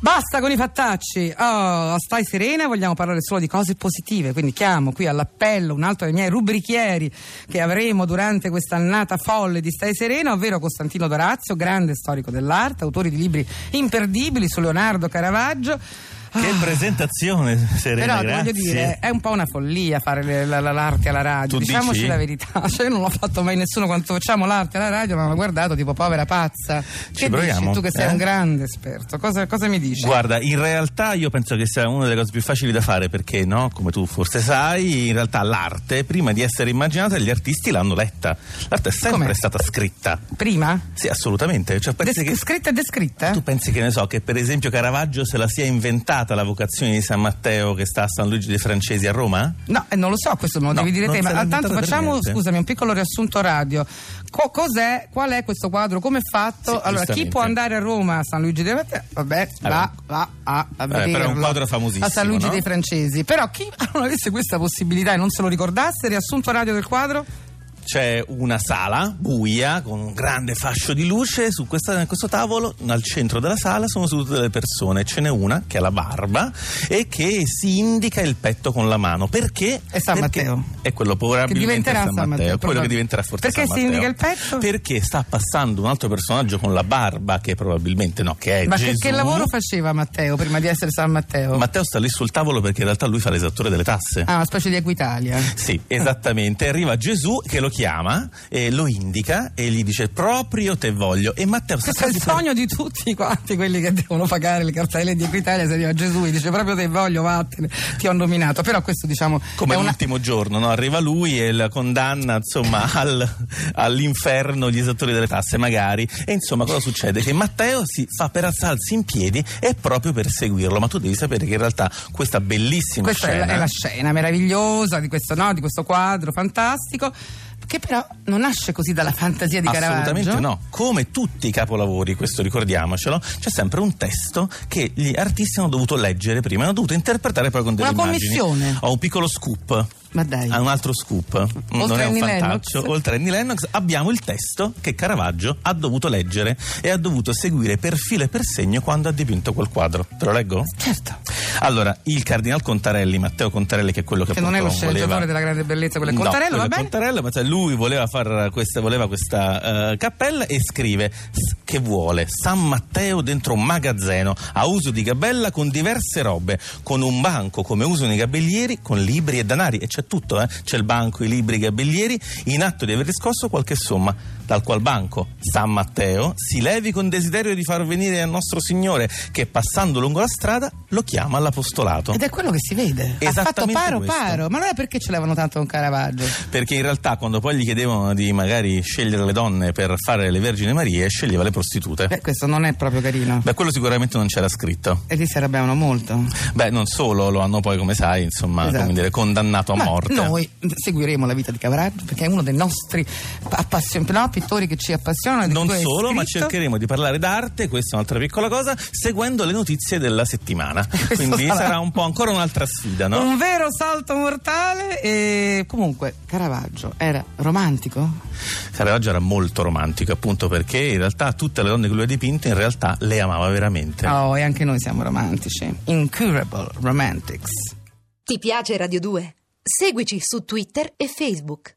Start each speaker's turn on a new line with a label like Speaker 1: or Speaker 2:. Speaker 1: Basta con i fattacci, oh, stai serena, vogliamo parlare solo di cose positive, quindi chiamo qui all'appello un altro dei miei rubrichieri che avremo durante quest'annata folle di Stai serena, ovvero Costantino Dorazio, grande storico dell'arte, autore di libri imperdibili su Leonardo Caravaggio.
Speaker 2: Che presentazione, Serena,
Speaker 1: Ah. Però
Speaker 2: grazie.
Speaker 1: voglio dire, eh, è un po' una follia fare le- la- la- l'arte alla radio,
Speaker 2: Tu
Speaker 1: diciamoci
Speaker 2: dici?
Speaker 1: la verità, cioè io non l'ho fatto mai nessuno quanto facciamo l'arte alla radio, mi hanno guardato tipo povera pazza. Che dici
Speaker 2: proviamo,
Speaker 1: tu che sei
Speaker 2: eh?
Speaker 1: un grande esperto, cosa, cosa mi dici?
Speaker 2: Guarda, in realtà io penso che sia una delle cose più facili da fare perché, no, come tu forse sai, in realtà l'arte, prima di essere immaginata, gli artisti l'hanno letta. L'arte è sempre
Speaker 1: Come?
Speaker 2: stata scritta.
Speaker 1: Prima?
Speaker 2: Sì, assolutamente. Cioè, pensi
Speaker 1: Des-
Speaker 2: che-
Speaker 1: Scritta e descritta?
Speaker 2: Tu pensi che ne so, che per esempio Caravaggio se la sia inventata la vocazione di San Matteo che sta a San Luigi dei Francesi a Roma?
Speaker 1: No, eh, non lo so, questo me lo
Speaker 2: No,
Speaker 1: devi dire
Speaker 2: non
Speaker 1: te.
Speaker 2: se
Speaker 1: Ma
Speaker 2: l'ha
Speaker 1: tanto
Speaker 2: inventata per
Speaker 1: facciamo,
Speaker 2: niente.
Speaker 1: scusami, un piccolo riassunto radio. Co- cos'è? Qual è questo quadro? Come è fatto?
Speaker 2: Sì,
Speaker 1: allora, chi
Speaker 2: giustamente.
Speaker 1: può andare a Roma a San Luigi dei Francesi? Vabbè, va,
Speaker 2: Allora.
Speaker 1: va a, a
Speaker 2: Eh, però è un
Speaker 1: vederlo.
Speaker 2: quadro famosissimo,
Speaker 1: A San Luigi
Speaker 2: no?
Speaker 1: dei Francesi. Però chi non avesse questa possibilità e non se lo ricordasse, riassunto radio del quadro?
Speaker 2: C'è una sala buia con un grande fascio di luce. Su questa- questo tavolo, al centro della sala, sono sedute delle persone. Ce n'è una che ha la barba e che si indica il petto con la mano. Perché?
Speaker 1: È San
Speaker 2: Perché-
Speaker 1: Matteo.
Speaker 2: È quello probabilmente
Speaker 1: diventerà
Speaker 2: San
Speaker 1: San
Speaker 2: Matteo.
Speaker 1: Matteo,
Speaker 2: quello che
Speaker 1: probab-
Speaker 2: diventerà forse
Speaker 1: Perché
Speaker 2: San
Speaker 1: si
Speaker 2: Matteo.
Speaker 1: indica il petto?
Speaker 2: Perché sta passando un altro personaggio con la barba, che probabilmente no, che è
Speaker 1: Ma che,
Speaker 2: Gesù.
Speaker 1: che lavoro faceva Matteo prima di essere San Matteo?
Speaker 2: Matteo sta lì sul tavolo perché in realtà lui fa l'esattore delle tasse.
Speaker 1: Ah, una specie di Equitalia.
Speaker 2: Sì, esattamente. Arriva Gesù che lo chiama, e lo indica e gli dice proprio te voglio. E Matteo sta
Speaker 1: Questo è il
Speaker 2: quasi per-
Speaker 1: sogno di tutti quanti quelli che devono pagare le cartelle di Equitalia. Se arriva Gesù e dice proprio te voglio, vattene, ti ho nominato. Però questo diciamo
Speaker 2: Come
Speaker 1: è una-
Speaker 2: l'ultimo giorno, no? arriva lui e la condanna insomma, al- all'inferno gli esattori delle tasse, magari. E insomma, cosa succede? Che Matteo si fa per alzarsi in piedi e proprio per seguirlo. Ma tu devi sapere che in realtà questa bellissima
Speaker 1: questa è la,
Speaker 2: scena
Speaker 1: è la scena meravigliosa di questo, no? di questo quadro fantastico. Che però non nasce così dalla fantasia di Caravaggio.
Speaker 2: Assolutamente no. Come tutti i capolavori, questo ricordiamocelo, c'è sempre un testo che gli artisti hanno dovuto leggere prima, hanno dovuto interpretare poi con delle
Speaker 1: Una
Speaker 2: immagini.
Speaker 1: commissione.
Speaker 2: Ho un piccolo scoop.
Speaker 1: Ma dai.
Speaker 2: Ha un altro scoop. Mm, non
Speaker 1: a
Speaker 2: è un
Speaker 1: Annie
Speaker 2: fantaccio.
Speaker 1: Lennox.
Speaker 2: Oltre a Annie Lennox abbiamo il testo che Caravaggio ha dovuto leggere e ha dovuto seguire per filo e per segno quando ha dipinto quel quadro. Te lo leggo?
Speaker 1: Certo, che
Speaker 2: Allora, il cardinal Contarelli, Matteo Contarelli, che è quello che,
Speaker 1: non è lo
Speaker 2: appunto
Speaker 1: sceneggiatore
Speaker 2: voleva-
Speaker 1: della grande bellezza, quello è
Speaker 2: No,
Speaker 1: Contarello, va
Speaker 2: quello è
Speaker 1: bene?
Speaker 2: Contarello, ma cioè lui voleva fare questa, voleva questa, eh, cappella e scrive s- che vuole San Matteo dentro un magazzino a uso di gabella con diverse robe, con un banco come usano i gabellieri, con libri e danari e c'è tutto, eh? c'è il banco, i libri, i gabellieri, in atto di aver riscosso qualche somma, dal qual banco San Matteo si levi con desiderio di far venire il nostro Signore che passando lungo la strada lo chiama all'apostolato.
Speaker 1: Ed è quello che si vede. Ha fatto
Speaker 2: Esattamente
Speaker 1: paro
Speaker 2: questo.
Speaker 1: paro. Ma allora perché ce l'avano tanto con Caravaggio?
Speaker 2: perché in realtà quando poi gli chiedevano di magari scegliere le donne per fare le Vergini Marie, sceglieva le prostitute.
Speaker 1: Beh, questo non è proprio carino.
Speaker 2: Beh, quello sicuramente non c'era scritto.
Speaker 1: E lì si arrabbiavano molto.
Speaker 2: Beh, non solo, lo hanno poi, come sai, insomma,
Speaker 1: Esatto.
Speaker 2: come dire, condannato a
Speaker 1: Ma
Speaker 2: morte.
Speaker 1: Noi seguiremo la vita di Caravaggio perché è uno dei nostri appassion- no, pittori che ci appassionano. di
Speaker 2: Non
Speaker 1: cui hai
Speaker 2: solo, ma
Speaker 1: scritto.
Speaker 2: cercheremo di parlare d'arte, questa è un'altra piccola cosa, seguendo le notizie della settimana.
Speaker 1: Questo
Speaker 2: Quindi
Speaker 1: sarà- Mm.
Speaker 2: sarà un po' ancora un'altra sfida, no?
Speaker 1: Un vero salto mortale. E comunque, Caravaggio era romantico?
Speaker 2: Caravaggio era molto romantico, appunto perché in realtà tutte le donne che lui ha dipinto in realtà le amava veramente.
Speaker 1: Oh, e anche noi siamo romantici. Incurable Romantics.
Speaker 3: Ti piace Radio 2? Seguici su Twitter e Facebook.